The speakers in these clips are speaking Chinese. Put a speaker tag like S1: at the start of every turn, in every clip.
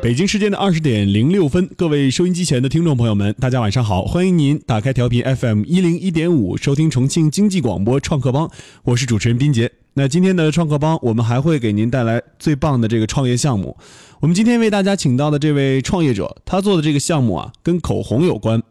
S1: 北京时间的二十点零六分，各位收音机前的听众朋友们，大家晚上好！欢迎您打开调频 FM 一零一点五，收听重庆经济广播创客帮，我是主持人斌杰。那今天的创客帮，我们还会给您带来最棒的这个创业项目。我们今天为大家请到的这位创业者，他做的这个项目啊，跟口红有关。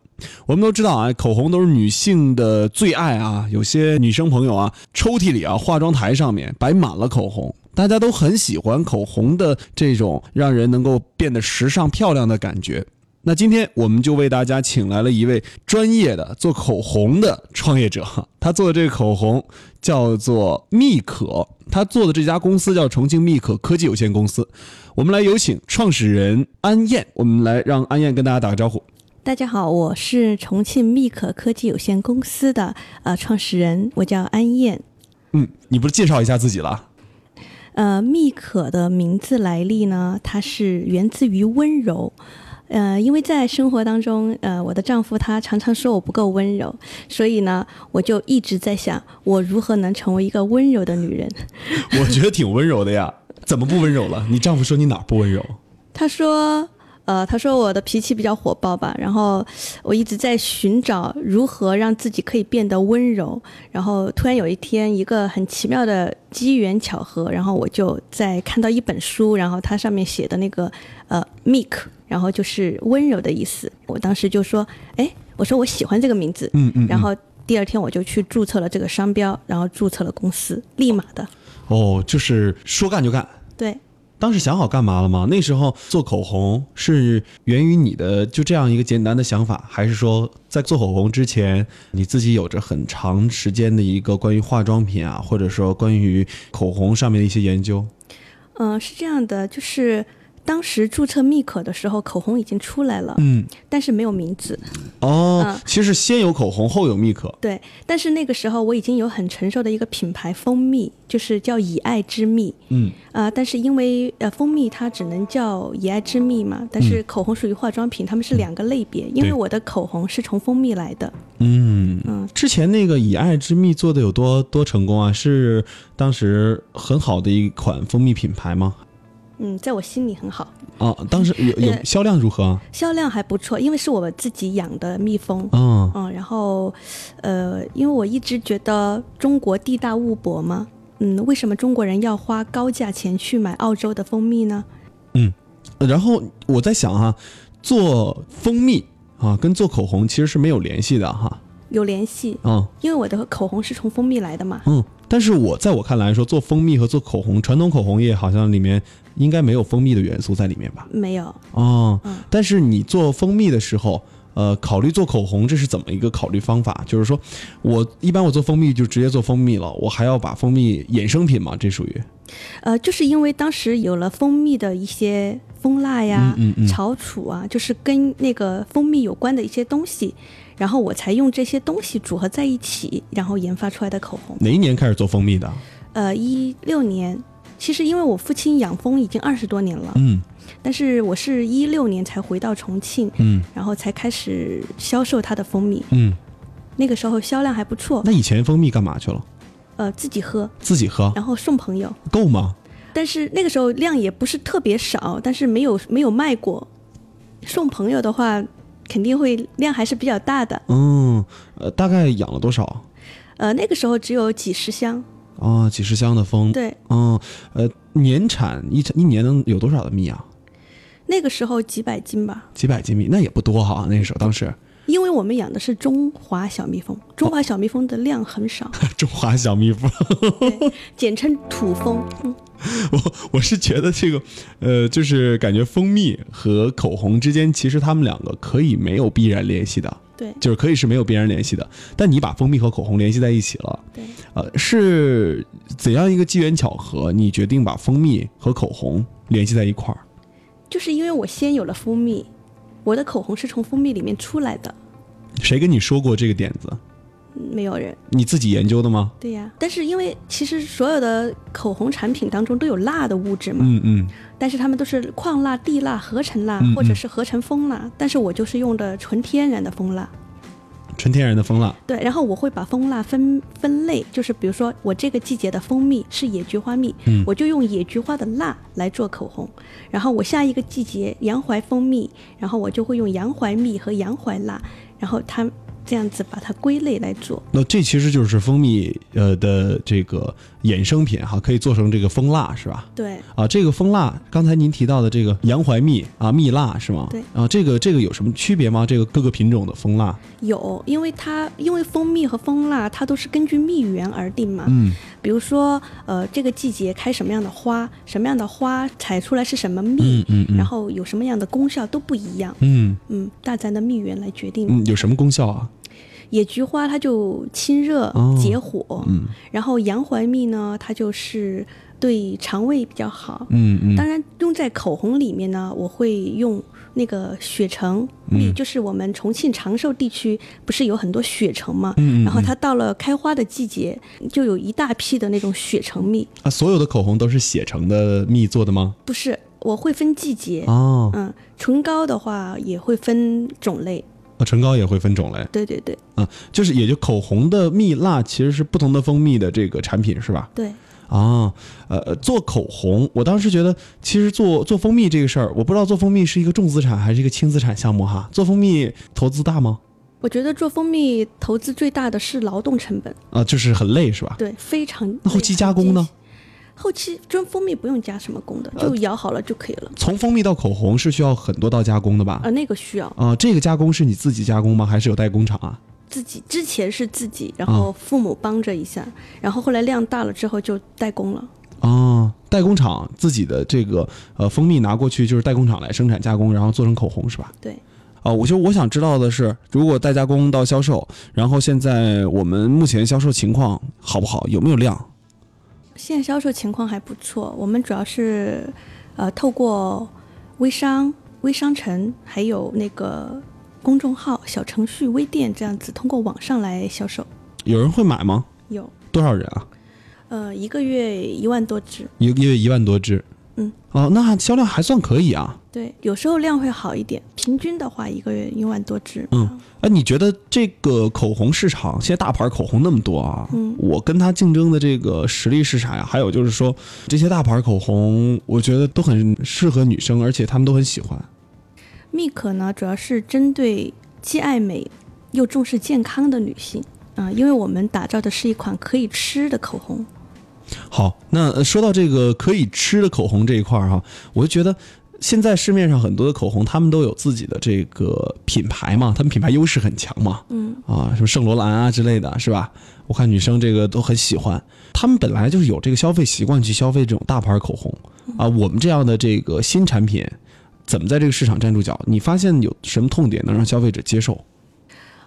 S1: 我们都知道啊，口红都是女性的最爱啊。有些女生朋友啊，抽屉里啊、化妆台上面摆满了口红，大家都很喜欢口红的这种让人能够变得时尚漂亮的感觉。那今天我们就为大家请来了一位专业的做口红的创业者，他做的这个口红叫做蜜可，他做的这家公司叫重庆蜜可科技有限公司。我们来有请创始人安燕，我们来让安燕跟大家打个招呼。
S2: 大家好，我是重庆密可科技有限公司的呃创始人，我叫安燕。
S1: 嗯，你不是介绍一下自己了？
S2: 呃，密可的名字来历呢，它是源自于温柔。呃，因为在生活当中，呃，我的丈夫他常常说我不够温柔，所以呢，我就一直在想，我如何能成为一个温柔的女人。
S1: 我觉得挺温柔的呀，怎么不温柔了？你丈夫说你哪儿不温柔？
S2: 他说，呃，他说我的脾气比较火爆吧，然后我一直在寻找如何让自己可以变得温柔，然后突然有一天，一个很奇妙的机缘巧合，然后我就在看到一本书，然后它上面写的那个呃 meek，然后就是温柔的意思，我当时就说，哎，我说我喜欢这个名字，
S1: 嗯嗯嗯
S2: 然后。第二天我就去注册了这个商标，然后注册了公司，立马的，
S1: 哦，就是说干就干。
S2: 对，
S1: 当时想好干嘛了吗？那时候做口红是源于你的就这样一个简单的想法，还是说在做口红之前，你自己有着很长时间的一个关于化妆品啊，或者说关于口红上面的一些研究？
S2: 嗯、是这样的，就是当时注册密可的时候，口红已经出来了，
S1: 嗯，
S2: 但是没有名字。
S1: 哦，
S2: 嗯
S1: 其实先有口红，后有蜜可。
S2: 对，但是那个时候我已经有很成熟的一个品牌蜂蜜，就是叫以爱之蜜。
S1: 嗯，
S2: 啊、但是因为呃蜂蜜它只能叫以爱之蜜嘛，但是口红属于化妆品，它们是两个类别。因为
S1: 对
S2: 我的口红是从蜂蜜来的，
S1: 嗯
S2: 嗯，
S1: 之前那个以爱之蜜做的有多多成功啊？是当时很好的一款蜂蜜品牌吗？
S2: 嗯，在我心里很好，
S1: 啊，当时有有
S2: 呃
S1: 销量如何啊？
S2: 销量还不错，因为是我们自己养的蜜蜂。
S1: 嗯，
S2: 嗯，然后，呃，因为我一直觉得中国地大物博嘛，嗯，为什么中国人要花高价钱去买澳洲的蜂蜜呢？
S1: 然后我在想哈、做蜂蜜啊跟做口红其实是没有联系的哈
S2: 有联系，
S1: 啊
S2: 因为我的口红是从蜂蜜来的嘛。
S1: 嗯，但是我在我看来说做蜂蜜和做口红，传统口红业好像里面应该没有蜂蜜的元素在里面吧？
S2: 没有，
S1: 哦
S2: 嗯，
S1: 但是你做蜂蜜的时候，呃，考虑做口红，这是怎么一个考虑方法？就是说我一般我做蜂蜜就直接做蜂蜜了，我还要把蜂蜜衍生品嘛，这属于
S2: 呃，就是因为当时有了蜂蜜的一些蜂蜡呀、
S1: 嗯嗯嗯
S2: 草储啊，就是跟那个蜂蜜有关的一些东西，然后我才用这些东西组合在一起，然后研发出来的口红。
S1: 哪一年开始做蜂蜜的？
S2: 呃，一六年，其实因为我父亲养蜂已经二十多年了，
S1: 嗯
S2: 但是我是一六年才回到重庆，
S1: 嗯
S2: 然后才开始销售它的蜂蜜。
S1: 嗯，
S2: 那个时候销量还不错，
S1: 那以前蜂蜜干嘛去了？
S2: 呃，自己喝，
S1: 自己喝
S2: 然后送朋友。
S1: 够吗？
S2: 但是那个时候量也不是特别少，但是没有没有卖过。送朋友的话，肯定会量还是比较大的。
S1: 嗯，呃，大概养了多少啊、
S2: 呃，那个时候只有几十箱，
S1: 几十箱的蜂。
S2: 对，
S1: 嗯，呃，年产一一年能有多少的蜜啊？
S2: 那个时候几百斤吧。
S1: 几百斤蜜，那也不多哈、那时候当时
S2: 因为我们养的是中华小蜜蜂，中华小蜜蜂的量很少，
S1: 中华小蜜蜂。
S2: 对，简称土蜂。嗯
S1: 我我是觉得这个，呃，就是感觉蜂蜜和口红之间，其实它们两个可以没有必然联系的，
S2: 对
S1: 就是可以是没有必然联系的。但你把蜂蜜和口红联系在一起了，
S2: 对，
S1: 呃，是怎样一个机缘巧合，你决定把蜂蜜和口红联系在一块儿？
S2: 就是因为我先有了蜂蜜，我的口红是从蜂蜜里面出来的，
S1: 谁跟你说过这个点子？
S2: 嗯没有人。
S1: 你自己研究的吗？
S2: 对呀、但是因为其实所有的口红产品当中都有蜡的物质嘛，
S1: 嗯嗯，
S2: 但是它们都是矿蜡、地蜡、合成蜡
S1: 嗯嗯
S2: 或者是合成蜂蜡，但是我就是用的纯天然的蜂蜡。
S1: 纯天然的蜂蜡。
S2: 对，然后我会把蜂蜡分分类，就是比如说我这个季节的蜂蜜是野菊花蜜，
S1: 嗯
S2: 我就用野菊花的蜡来做口红。然后我下一个季节洋槐蜂蜜，然后我就会用洋槐蜜和洋槐蜡，然后它这样子把它归类来做。
S1: 那这其实就是蜂蜜呃的这个衍生品哈，可以做成这个蜂蜡是吧？
S2: 对，
S1: 啊，这个蜂蜡，刚才您提到的这个洋槐蜜啊，蜜蜡是吗？
S2: 对
S1: 啊，这个这个有什么区别吗？这个各个品种的蜂蜡，
S2: 有，因为它因为蜂蜜和蜂蜡它都是根据蜜源而定嘛，
S1: 嗯，
S2: 比如说，呃，这个季节开什么样的花，什么样的花采出来是什么
S1: 嗯
S2: 蜜，
S1: 嗯嗯
S2: 然后有什么样的功效都不一样。
S1: 嗯
S2: 嗯，大自然的蜜源来决定。
S1: 嗯，有什么功效啊？
S2: 野菊花它就清热、
S1: 哦
S2: 解火，
S1: 嗯
S2: 然后洋槐蜜呢，它就是对肠胃比较好。
S1: 嗯嗯，
S2: 当然，用在口红里面呢，我会用那个雪橙
S1: 嗯
S2: 蜜，就是我们重庆长寿地区不是有很多雪橙嘛，
S1: 嗯嗯
S2: 然后它到了开花的季节，就有一大批的那种雪橙蜜。
S1: 啊，所有的口红都是血橙的蜜做的吗？
S2: 不是，我会分季节。
S1: 哦，
S2: 嗯，唇膏的话也会分种类。
S1: 啊，唇膏也会分种类
S2: 对对对
S1: 啊，就是也就口红的蜜蜡其实是不同的蜂蜜的这个产品是吧？
S2: 对，
S1: 啊，呃，做口红，我当时觉得其实做做蜂蜜这个事儿，我不知道做蜂蜜是一个重资产还是一个轻资产项目哈。做蜂蜜投资大吗？
S2: 我觉得做蜂蜜投资最大的是劳动成本，
S1: 啊，就是很累是吧？
S2: 对，非常。
S1: 那后期加工呢？
S2: 后期真蜂蜜不用加什么工的，就摇好了就可以了。
S1: 从蜂蜜到口红是需要很多道加工的吧？
S2: 呃，那个需要
S1: 啊，这个加工是你自己加工吗？还是有代工厂啊？
S2: 自己，之前是自己，然后父母帮着一下，然后后来量大了之后就代工了。
S1: 啊，代工厂自己的这个呃蜂蜜拿过去就是代工厂来生产加工，然后做成口红是吧？
S2: 对，
S1: 啊，我就我想知道的是，如果代加工到销售，然后现在我们目前销售情况好不好？有没有量？
S2: 现在销售情况还不错，我们主要是呃透过微商、微商城，还有那个公众号、小程序、微店这样子，通过网上来销售。
S1: 有人会买吗？
S2: 有
S1: 多少人啊？
S2: 呃一个月一万多只，
S1: 一个月一万多只。
S2: 嗯。
S1: 哦，那销量还算可以啊。
S2: 对，有时候量会好一点，平均的话一个月一万多只。
S1: 嗯，哎，你觉得这个口红市场，现在大牌口红那么多啊，
S2: 嗯
S1: 我跟它竞争的这个实力是啥呀？还有就是说，这些大牌口红，我觉得都很适合女生，而且她们都很喜欢。
S2: 蜜可呢，主要是针对既爱美又重视健康的女性啊、因为我们打造的是一款可以吃的口红。
S1: 好，那呃说到这个可以吃的口红这一块儿、哈，我就觉得现在市面上很多的口红，他们都有自己的这个品牌嘛，他们品牌优势很强嘛，
S2: 嗯，
S1: 啊，什么圣罗兰啊之类的，是吧？我看女生这个都很喜欢，她们本来就是有这个消费习惯去消费这种大牌口红啊。我们这样的这个新产品，怎么在这个市场站住脚？你发现有什么痛点能让消费者接受？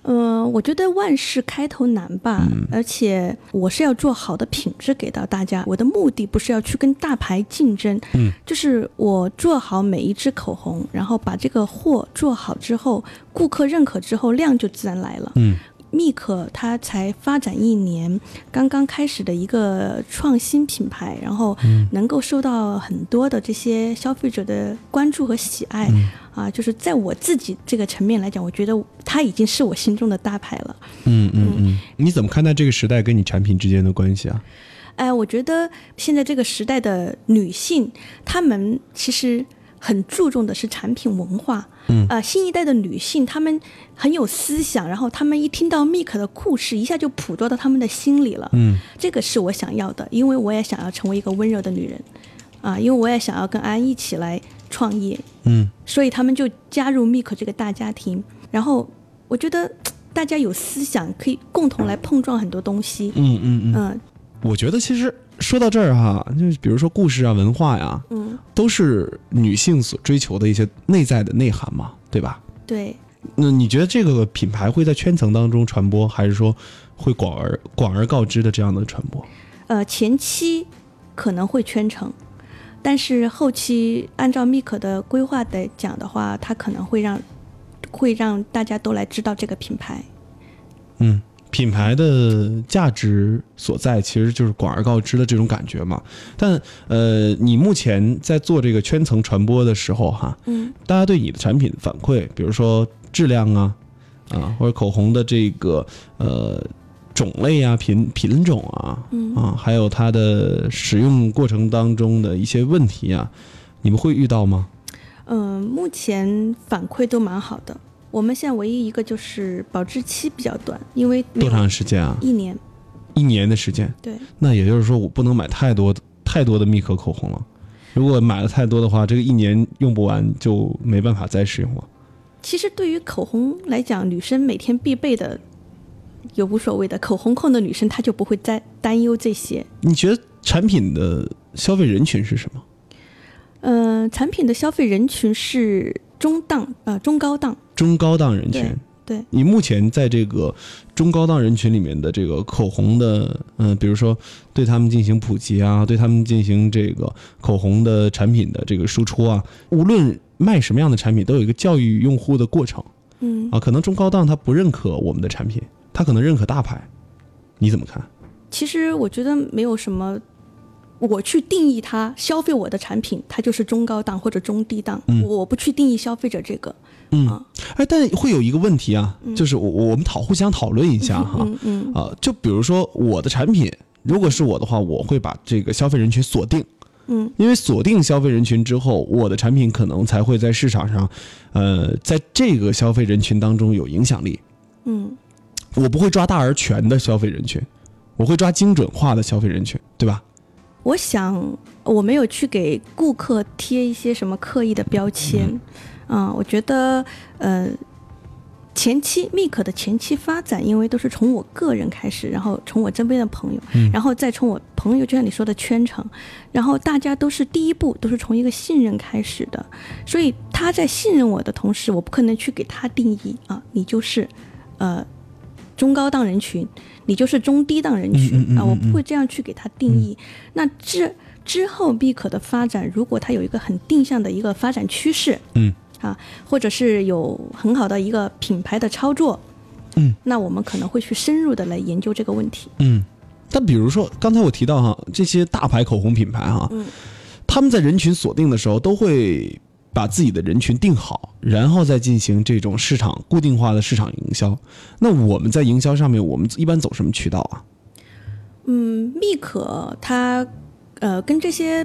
S2: 嗯、我觉得万事开头难吧，
S1: 嗯
S2: 而且我是要做好的品质给到大家。我的目的不是要去跟大牌竞争，
S1: 嗯，
S2: 就是我做好每一支口红，然后把这个货做好之后，顾客认可之后，量就自然来了。
S1: 嗯
S2: 蜜可它才发展一年，刚刚开始的一个创新品牌，然后能够受到很多的这些消费者的关注和喜爱，啊，就是在我自己这个层面来讲，我觉得它已经是我心中的大牌了。
S1: 嗯嗯嗯，你怎么看待这个时代跟你产品之间的关系啊？
S2: 哎，我觉得现在这个时代的女性，她们其实很注重的是产品文化。嗯，呃，新一代的女性，她们很有思想，然后她们一听到 Mik 的故事，一下就捕捉到她们的心里了。
S1: 嗯，
S2: 这个是我想要的，因为我也想要成为一个温柔的女人，啊，因为我也想要跟安一起来创业，
S1: 嗯
S2: 所以他们就加入 Mik 这个大家庭。然后我觉得大家有思想，可以共同来碰撞很多东西。
S1: 嗯嗯嗯，
S2: 嗯，
S1: 我觉得其实说到这儿哈、就是比如说故事啊、文化呀、
S2: 嗯，
S1: 都是女性所追求的一些内在的内涵嘛，对吧？
S2: 对。
S1: 那你觉得这个品牌会在圈层当中传播，还是说会广而广而告之的这样的传播？
S2: 呃，前期可能会圈层，但是后期按照 Mik 的规划来讲的话，它可能会让会让大家都来知道这个品牌。
S1: 嗯，品牌的价值所在其实就是广而告之的这种感觉嘛。但呃，你目前在做这个圈层传播的时候哈，
S2: 嗯，
S1: 大家对你的产品的反馈，比如说质量啊，啊，或者口红的这个呃种类啊、品品种啊，
S2: 嗯
S1: 啊，还有它的使用过程当中的一些问题啊，你们会遇到吗？
S2: 嗯，目前反馈都蛮好的。我们现在唯一一个就是保质期比较短，因为没
S1: 多
S2: 有
S1: 长时间啊？
S2: 一年。
S1: 一年的时间。
S2: 对，
S1: 那也就是说，我不能买太多太多的密可口红了。如果买了太多的话，这个一年用不完就没办法再使用了。
S2: 其实对于口红来讲，女生每天必备的有无所谓的，口红控的女生她就不会再担忧这些。
S1: 你觉得产品的消费人群是什么？
S2: 嗯、产品的消费人群是中档呃中高档，
S1: 中高档人群。
S2: 对对
S1: 你目前在这个中高档人群里面的这个口红的，嗯、比如说对他们进行普及啊，对他们进行这个口红的产品的这个输出啊，无论卖什么样的产品，都有一个教育用户的过程
S2: 嗯，
S1: 啊。可能中高档他不认可我们的产品，他可能认可大牌，你怎么看？
S2: 其实我觉得没有什么。我去定义它消费我的产品，它就是中高档或者中低档，
S1: 嗯
S2: 我不去定义消费者这个。
S1: 哎，但会有一个问题啊，就是我我们讨互相讨论一下哈，
S2: 嗯嗯，
S1: 啊，就比如说我的产品，如果是我的话，我会把这个消费人群锁定。
S2: 嗯，
S1: 因为锁定消费人群之后，我的产品可能才会在市场上，呃，在这个消费人群当中有影响力。
S2: 嗯，
S1: 我不会抓大而全的消费人群，我会抓精准化的消费人群，对吧？
S2: 我想我没有去给顾客贴一些什么刻意的标签，嗯、我觉得呃，前期 Mik 的前期发展，因为都是从我个人开始，然后从我身边的朋友，然后再从我朋友就像你说的圈层，然后大家都是第一步都是从一个信任开始的，所以他在信任我的同时，我不可能去给他定义啊，你就是呃中高档人群，你就是中低档人群、
S1: 嗯嗯嗯
S2: 啊，我不
S1: 嗯
S2: 会这样去给他定义。那之之后必可的发展，如果它有一个很定向的一个发展趋势，
S1: 嗯
S2: 啊，或者是有很好的一个品牌的操作，
S1: 嗯，
S2: 那我们可能会去深入的来研究这个问题。
S1: 嗯。但比如说，刚才我提到哈，这些大牌口红品牌哈，
S2: 嗯
S1: 他们在人群锁定的时候，都会把自己的人群定好，然后再进行这种市场固定化的市场营销。那我们在营销上面，我们一般走什么渠道啊？
S2: 嗯，蜜可它呃跟这些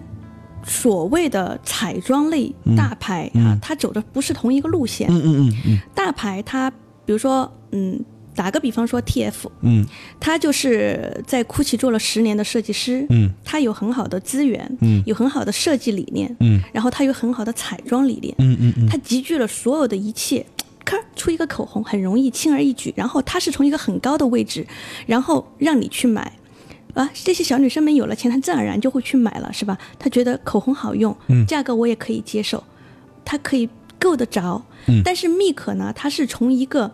S2: 所谓的彩妆类大牌、啊，它走的不是同一个路线。
S1: 嗯嗯嗯嗯
S2: 大牌它比如说嗯。打个比方说，TF，
S1: 嗯
S2: 它就是在 GUCCI 做了十年的设计师，
S1: 嗯
S2: 它有很好的资源，
S1: 嗯
S2: 有很好的设计理念，
S1: 嗯
S2: 然后它有很好的彩妆理念，
S1: 嗯嗯嗯
S2: 它集聚了所有的一切，咔出一个口红很容易，轻而易举。然后它是从一个很高的位置，然后让你去买。啊，这些小女生们有了钱，她自然而然就会去买了，是吧？她觉得口红好用，价格我也可以接受，她可以够得着。但是蜜可呢，它是从一个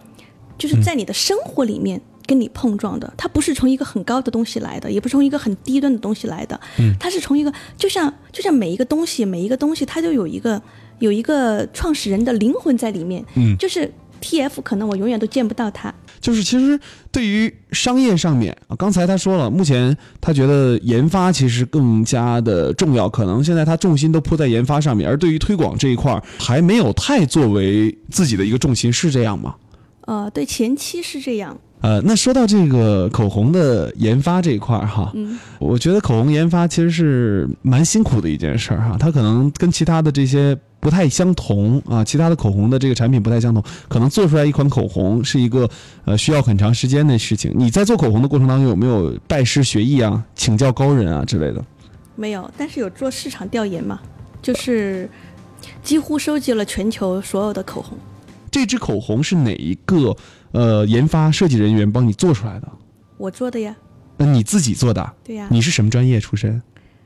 S2: 就是在你的生活里面跟你碰撞的，它不是从一个很高的东西来的，也不是从一个很低端的东西来的，它是从一个就像就像每一个东西，每一个东西它就有一个有一个创始人的灵魂在里面，
S1: 嗯
S2: 就是 T F 可能我永远都见不到他，
S1: 就是其实对于商业上面啊，刚才他说了，目前他觉得研发其实更加的重要，可能现在他重心都扑在研发上面，而对于推广这一块儿还没有太作为自己的一个重心，是这样吗？
S2: 呃，对，前期是这样，
S1: 呃，那说到这个口红的研发这一块儿哈，我觉得口红研发其实是蛮辛苦的一件事儿哈，它可能跟其他的这些不太相同啊，其他的口红的这个产品不太相同，可能做出来一款口红是一个呃需要很长时间的事情。你在做口红的过程当中有没有拜师学艺啊、请教高人啊之类的？
S2: 没有，但是有做市场调研嘛，就是几乎收集了全球所有的口红，
S1: 这支口红是哪一个呃研发设计人员帮你做出来的？
S2: 我做的呀，
S1: 那你自己做的啊？
S2: 对呀，
S1: 你是什么专业出身？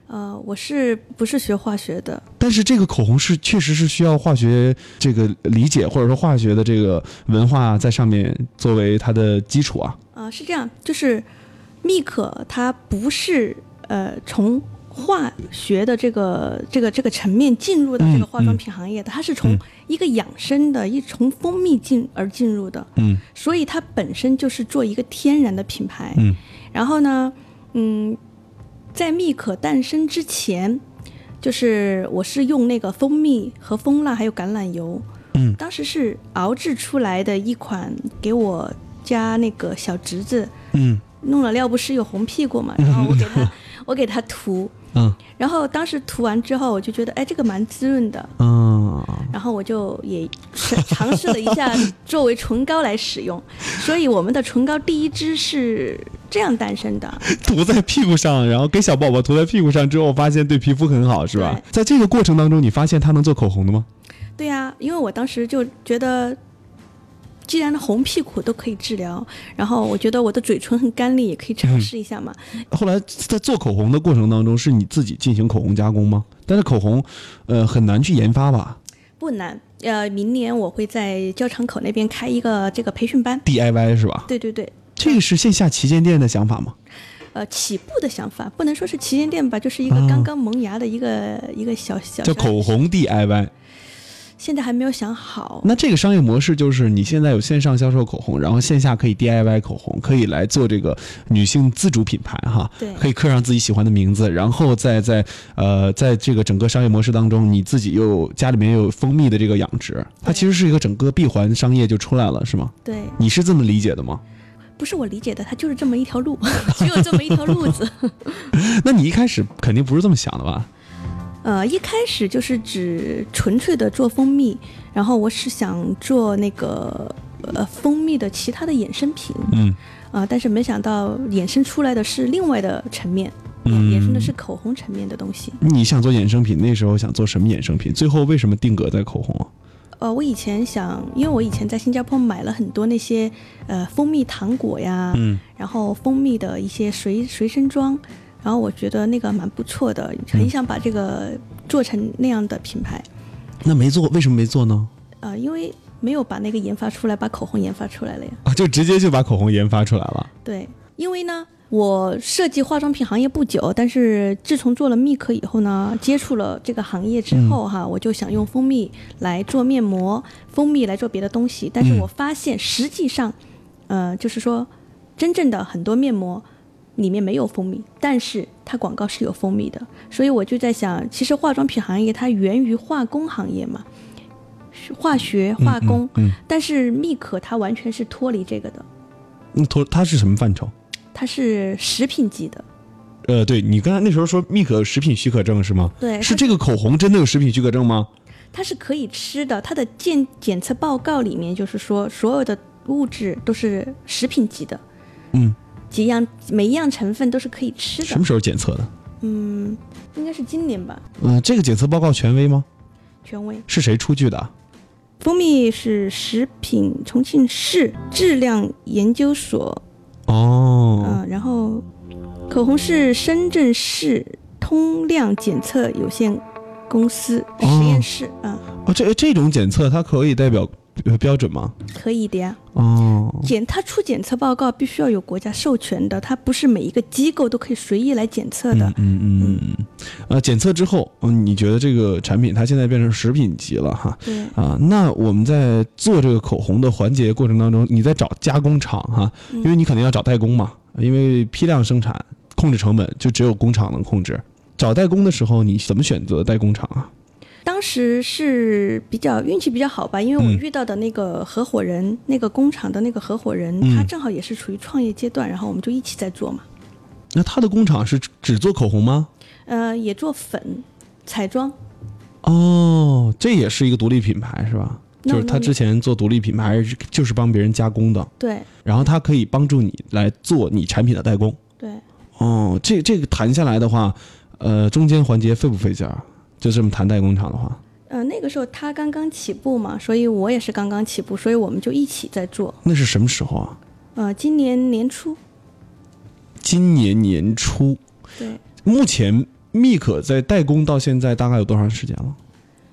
S2: 呃，我是不是学化学的？
S1: 但是这个口红是确实是需要化学这个理解，或者说化学的这个文化在上面作为它的基础啊。
S2: 啊，是这样，就是密可它不是呃从化学的这个这个这个层面进入到这个
S1: 嗯
S2: 化妆品行业的，它是从一个养生的，一从蜂蜜进而进入的，
S1: 嗯
S2: 所以它本身就是做一个天然的品牌。
S1: 嗯
S2: 然后呢，嗯，在蜜可诞生之前，就是我是用那个蜂蜜和蜂蜡还有橄榄油，
S1: 嗯
S2: 当时是熬制出来的一款给我家那个小侄子
S1: 嗯
S2: 弄了尿不湿有红屁股嘛，然后我给他我给他涂，
S1: 嗯
S2: 然后当时涂完之后我就觉得哎这个蛮滋润的，
S1: 嗯，
S2: 然后我就也尝尝试了一 下作为唇膏来使用，所以我们的唇膏第一支是这样诞生的，
S1: 涂在屁股上，然后给小宝宝涂在屁股上之后，发现对皮肤很好，是吧？在这个过程当中，你发现它能做口红的吗？
S2: 对呀、因为我当时就觉得，既然红屁股都可以治疗，然后我觉得我的嘴唇很干裂，也可以
S1: 嗯
S2: 尝试一下嘛。
S1: 后来在做口红的过程当中，是你自己进行口红加工吗？但是口红，呃，很难去研发吧
S2: 不难，呃，明年我会在教场口那边开一个这个培训班。
S1: ？DIY 是吧？
S2: 对对对，
S1: 这个是线下旗舰店的想法吗？
S2: 呃，起步的想法不能说是旗舰店吧，就是一个
S1: 啊
S2: 刚刚萌芽的一个、一个小小
S1: 叫口，红 DIY。
S2: 现在还没有想好。
S1: 那这个商业模式就是你现在有线上销售口红，然后线下可以 DIY 口红，可以来做这个女性自主品牌哈，
S2: 对
S1: 可以刻上自己喜欢的名字，然后再在呃在这个整个商业模式当中，你自己又家里面又有蜂蜜的这个养殖，它
S2: 对
S1: 其实是一个整个闭环商业就出来了，是吗？
S2: 对，
S1: 你是这么理解的 吗？
S2: 不是我理解的，它就是这么一条路，只有这么一条路子。
S1: 那你一开始肯定不是这么想的吧？
S2: 呃，一开始就是只纯粹的做蜂蜜，然后我是想做那个呃蜂蜜的其他的衍生品
S1: 嗯
S2: 啊、但是没想到衍生出来的是另外的层面，衍生的是口红层面的东西。
S1: 你想做衍生品，那时候想做什么衍生品？最后为什么定格在口红啊？
S2: 呃，我以前想，因为我以前在新加坡买了很多那些呃蜂蜜糖果呀，
S1: 嗯
S2: 然后蜂蜜的一些随随身装，然后我觉得那个蛮不错的，很想把这个做成那样的品牌。
S1: 那没做，为什么没做呢？
S2: 呃，因为没有把那个研发出来，把口红研发出来了呀。
S1: 啊，就直接就把口红研发出来了。
S2: 对，因为呢，我设计化妆品行业不久，但是自从做了蜜可以后呢，接触了这个行业
S1: 嗯
S2: 之后哈，我就想用蜂蜜来做面膜，蜂蜜来做别的东西，但
S1: 嗯
S2: 是我发现实际上，呃，就是说，真正的很多面膜。里面没有蜂蜜，但是它广告是有蜂蜜的，所以我就在想，其实化妆品行业它源于化工行业嘛，是化学化工，
S1: 嗯，
S2: 但是蜜可它完全是脱离这个的，
S1: 嗯，它它是什么范畴？
S2: 它是食品级的，
S1: 呃，对你刚才那时候说蜜可食品许可证是吗？
S2: 对，
S1: 是
S2: 它
S1: 这个口红真的有食品许可证吗？
S2: 它是可以吃的，它的检检测报告里面就是说所有的物质都是食品级的，
S1: 嗯，
S2: 几样每一样成分都是可以吃
S1: 什
S2: 的
S1: 么，时候检测的？
S2: 嗯，应该是今年吧，
S1: 嗯、这个检测报告权威吗？
S2: 权威。
S1: 是谁出具的啊？
S2: 蜂蜜是食品重庆市质量研究所，
S1: 哦，
S2: 嗯、然后口红是深圳市通量检测有限公司实验室，嗯，
S1: 哦，这这种检测它可以代表呃标准吗？
S2: 可以的呀。
S1: 哦，
S2: 检它出检测报告必须要有国家授权的，它不是每一个机构都可以随意来检测的。
S1: 嗯嗯嗯嗯，呃，检测之后，嗯，你觉得这个产品它现在变成食品级了哈？
S2: 对，
S1: 啊，那我们在做这个口红的环节过程当中，你在找加工厂哈、因为你肯定要找代工嘛，因为批量生产控制成本就只有工厂能控制。找代工的时候，你怎么选择代工厂啊？
S2: 当时是比较运气比较好吧，因为我
S1: 嗯
S2: 遇到的那个合伙人，那个工厂的那个合伙人，
S1: 嗯
S2: 他正好也是处于创业阶段，然后我们就一起在做嘛，
S1: 那他的工厂是只只做口红吗？
S2: 呃，也做粉、彩妆。
S1: 哦，这也是一个独立品牌是吧？就是他之前做独立品牌，就是帮别人加工的，
S2: 对
S1: 然后他可以帮助你来做你产品的代工。
S2: 对，
S1: 哦，这这个谈下来的话，呃，中间环节费不费劲儿？啊就这么谈代工厂的话，
S2: 呃，那个时候他刚刚起步嘛，所以我也是刚刚起步，所以我们就一起在做。
S1: 那是什么时候啊？
S2: 呃，今年年初，
S1: 今年年初。
S2: 对，
S1: 目前密可在代工到现在大概有多长时间了？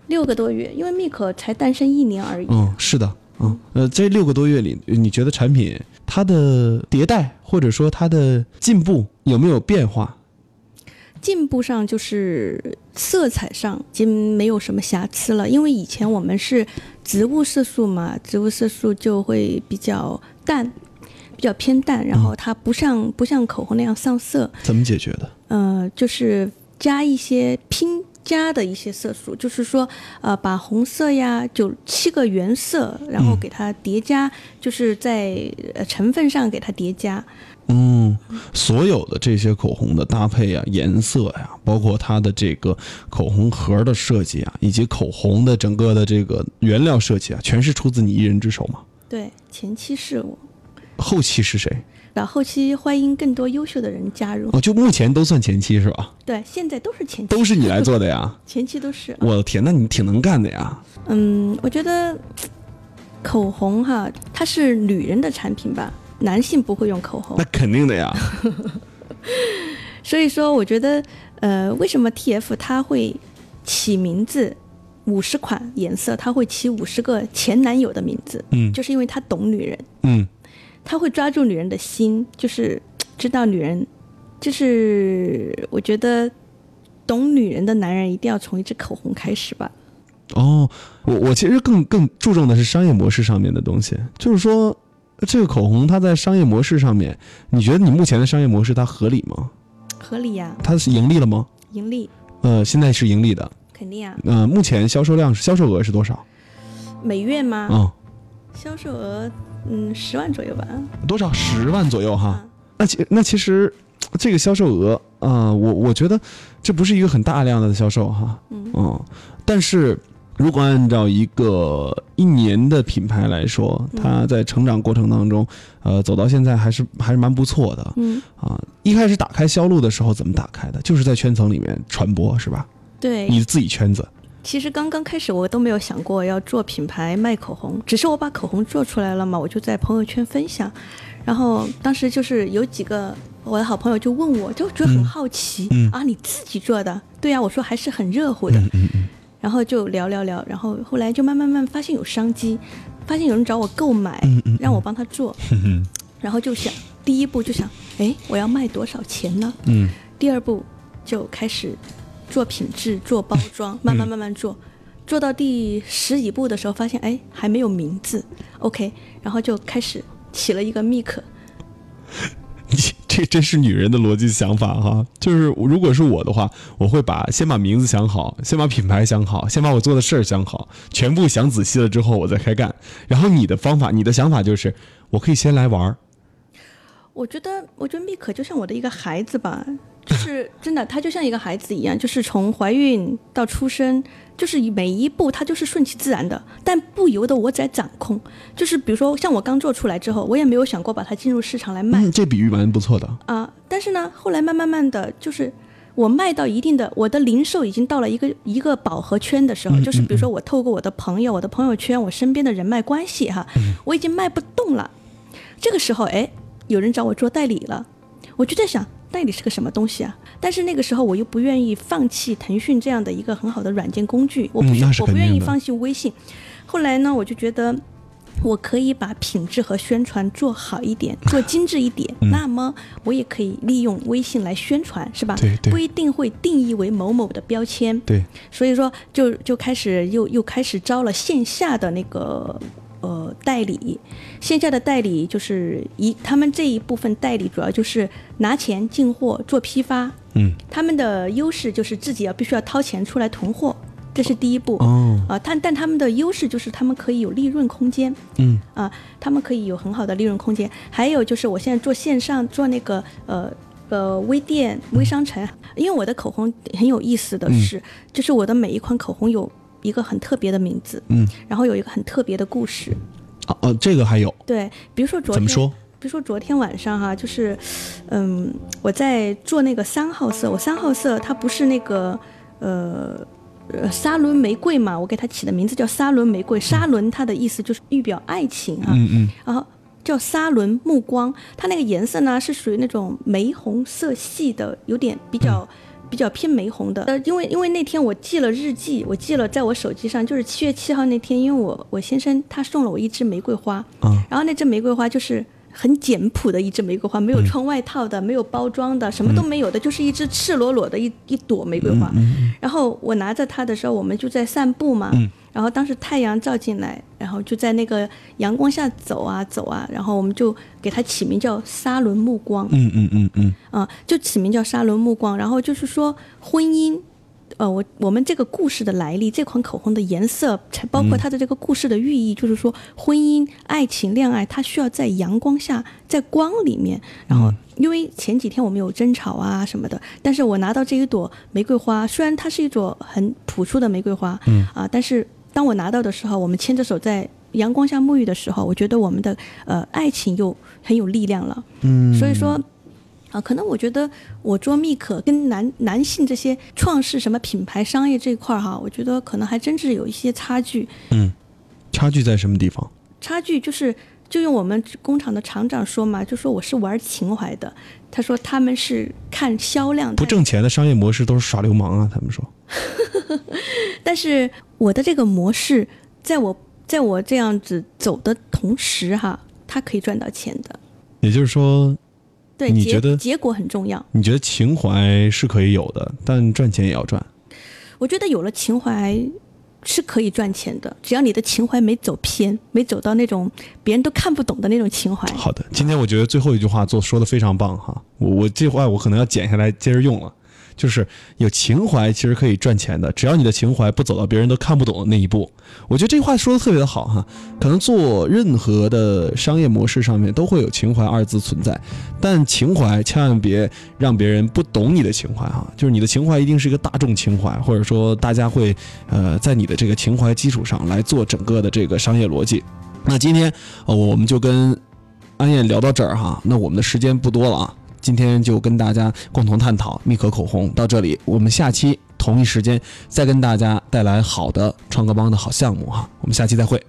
S2: 六个多月，因为蜜可才诞生一年而已。
S1: 嗯，是的，嗯，呃，这六个多月里，你觉得产品它的迭代或者说它的进步有没有变化？
S2: 进步上就是色彩上已经没有什么瑕疵了，因为以前我们是植物色素嘛，植物色素就会比较淡，比较偏淡，然后它不像不像口红那样上色，
S1: 怎么解决的？
S2: 呃，就是加一些拼加的一些色素，就是说，呃，把红色呀，就七个原色，然后给它叠加，就是在呃成分上给它叠加。
S1: 嗯，所有的这些口红的搭配啊、颜色呀、包括它的这个口红盒的设计啊，以及口红的整个的这个原料设计啊，全是出自你一人之手吗？
S2: 对，前期是我，
S1: 后期是谁？
S2: 然后后期欢迎更多优秀的人加入。
S1: 哦，就目前都算前期是吧？
S2: 对，现在都是前期，
S1: 都是你来做的呀？
S2: 前期都是。
S1: 我的天，那你挺能干的呀！
S2: 嗯，我觉得口红哈，它是女人的产品吧，男性不会用口红
S1: 那。肯定的呀。
S2: 所以说，我觉得，呃，为什么 TF 它会起名字五十款颜色，它会起五十个前男友的名字，
S1: 嗯
S2: 就是因为它懂女人，
S1: 嗯，
S2: 它会抓住女人的心，就是知道女人，就是我觉得懂女人的男人一定要从一支口红开始吧。
S1: 哦，我我其实更更注重的是商业模式上面的东西，就是说这个口红它在商业模式上面，你觉得你目前的商业模式它合理吗？
S2: 合理呀、
S1: 它是盈利了吗？
S2: 盈利
S1: 呃，现在是盈利的。
S2: 肯定啊，
S1: 呃，目前销售量是销售额是多少？
S2: 每月吗？
S1: 嗯，
S2: 销售额嗯十万左右吧。
S1: 多少？十万左右哈
S2: 啊。
S1: 那其那其实这个销售额啊、呃我我觉得这不是一个很大量的销售哈。
S2: 嗯
S1: 嗯，但是如果按照一个一年的品牌来说，
S2: 嗯
S1: 它在成长过程当中，呃，走到现在还是还是蛮不错的
S2: 嗯，
S1: 啊。一开始打开销路的时候怎么打开的？就是在圈层里面传播是吧？
S2: 对，
S1: 你自己圈子。
S2: 其实刚刚开始我都没有想过要做品牌卖口红，只是我把口红做出来了嘛，我就在朋友圈分享。然后当时就是有几个我的好朋友就问我，就觉得很好奇、
S1: 嗯
S2: 啊，你自己做的？对呀、我说还是很热乎的。
S1: 嗯嗯。
S2: 然后就聊聊聊，然后后来就慢慢慢发现有商机，发现有人找我购买，
S1: 嗯
S2: 让我帮他 做，然后就想第一步就想，哎，我要卖多少钱呢？
S1: 嗯，
S2: 第二步就开始做品质、做包装，慢慢慢慢做，做到第十几步的时候，发现哎还没有名字，OK，然后就开始起了一个 Mic，
S1: 你 这真是女人的逻辑想法哈，就是如果是我的话，我会把先把名字想好，先把品牌想好，先把我做的事儿想好，全部想仔细了之后我再开干。然后你的方法，你的想法就是，我可以先来玩儿，
S2: 我觉得，我觉得蜜可就像我的一个孩子吧，就是真的，他就像一个孩子一样，就是从怀孕到出生，就是每一步他就是顺其自然的，但不由得我在掌控。就是比如说，像我刚做出来之后，我也没有想过把它进入市场来卖
S1: 嗯，这比喻蛮不错的。
S2: 啊、但是呢，后来慢慢慢的就是。我卖到一定的，我的零售已经到了一个一个饱和圈的时
S1: 嗯
S2: 候，就是比如说我透过我的朋友、我的朋友圈、我身边的人脉关系哈，
S1: 嗯
S2: 我已经卖不动了。这个时候，哎，有人找我做代理了，我就在想，代理是个什么东西啊？但是那个时候我又不愿意放弃腾讯这样的一个很好的软件工具，我不、
S1: 嗯那是
S2: 我不
S1: 肯定
S2: 愿意
S1: 的
S2: 放弃微信。后来呢，我就觉得我可以把品质和宣传做好一 点，做精致一点，
S1: 嗯
S2: 那么我也可以利用微信来宣传，是吧？
S1: 对对
S2: 不一定会定义为某某的标签。
S1: 对，
S2: 所以说就就开始又又开始招了线下的那个呃代理，线下的代理就是一他们这一部分代理主要就是拿钱进货做批发，
S1: 嗯，
S2: 他们的优势就是自己要必须要掏钱出来囤货，这是第一步。
S1: 哦，
S2: 啊，但但他们的优势就是他们可以有利润空间，
S1: 嗯，
S2: 啊，他们可以有很好的利润空间。还有就是我现在做线上做那个呃呃微店微商
S1: 嗯
S2: 城，因为我的口红很有意思的是，就是我的每一款口红有一个很特别的名字，
S1: 嗯，
S2: 然后有一个很特别的故事。
S1: 啊啊，这个还有
S2: 对，比如说昨
S1: 怎么
S2: 天
S1: 说？
S2: 比如说昨天晚上哈、就是，嗯，我在做那个三号色，我三号色它不是那个呃呃沙伦玫瑰嘛，我给它起的名字叫沙伦玫瑰，沙伦它的意思就是预表爱情啊，
S1: 嗯嗯，
S2: 然后叫沙伦目光，它那个颜色呢是属于那种玫红色系的，有点比较。比较偏玫红的，呃，因为因为那天我记了日记，我记了在我手机上，就是七月七号那天，因为我我先生他送了我一支玫瑰花，
S1: 啊
S2: 然后那支玫瑰花就是很简朴的一支玫瑰花，没有穿外套的，没有包装的，什么都没有的，就是一支赤裸裸的一一朵玫瑰花。然后我拿着它的时候，我们就在散步嘛。然后当时太阳照进来，然后就在那个阳光下走啊走啊，然后我们就给它起名叫沙伦目光。
S1: 嗯嗯嗯嗯，
S2: 呃啊、就起名叫沙伦目光，然后就是说婚姻呃，我我们这个故事的来历，这款口红的颜色，才包括它的这个故事的寓意，就是说婚姻、爱情、恋爱，它需要在阳光下，在光里面。然后，因为前几天我们有争吵啊什么的，但是我拿到这一朵玫瑰花，虽然它是一朵很朴素的玫瑰花，嗯啊、但是当我拿到的时候，我们牵着手在阳光下沐浴的时候，我觉得我们的呃爱情又很有力量了。嗯，所以说。啊，可能我觉得我做密可跟男男性这些创世什么品牌商业这一块儿哈，我觉得可能还真是有一些差距。
S1: 差距在什么地方？
S2: 差距就是，就用我们工厂的厂长说嘛，就说我是玩情怀的，他说他们是看销量，
S1: 不挣钱的商业模式都是耍流氓啊！他们说，
S2: 但是我的这个模式，在我在我这样子走的同时哈，他可以赚到钱的。
S1: 也就是说，
S2: 对，
S1: 你
S2: 结
S1: 觉得
S2: 结果很重要。
S1: 你觉得情怀是可以有的，但赚钱也要赚。
S2: 我觉得有了情怀是可以赚钱的，只要你的情怀没走偏，没走到那种别人都看不懂的那种情怀。
S1: 好的，今天我觉得最后一句话做说的非常棒哈，我我这话我可能要剪下来接着用了。就是有情怀，其实可以赚钱的，只要你的情怀不走到别人都看不懂的那一步。我觉得这话说的特别的好哈，可能做任何的商业模式上面都会有情怀二字存在，但情怀千万别让别人不懂你的情怀哈，就是你的情怀一定是一个大众情怀，或者说大家会呃在你的这个情怀基础上来做整个的这个商业逻辑。那今天呃我们就跟安燕哎聊到这儿哈，那我们的时间不多了啊，今天就跟大家共同探讨密可口红到这里，我们下期同一时间再跟大家带来好的创客帮的好项目哈，我们下期再会，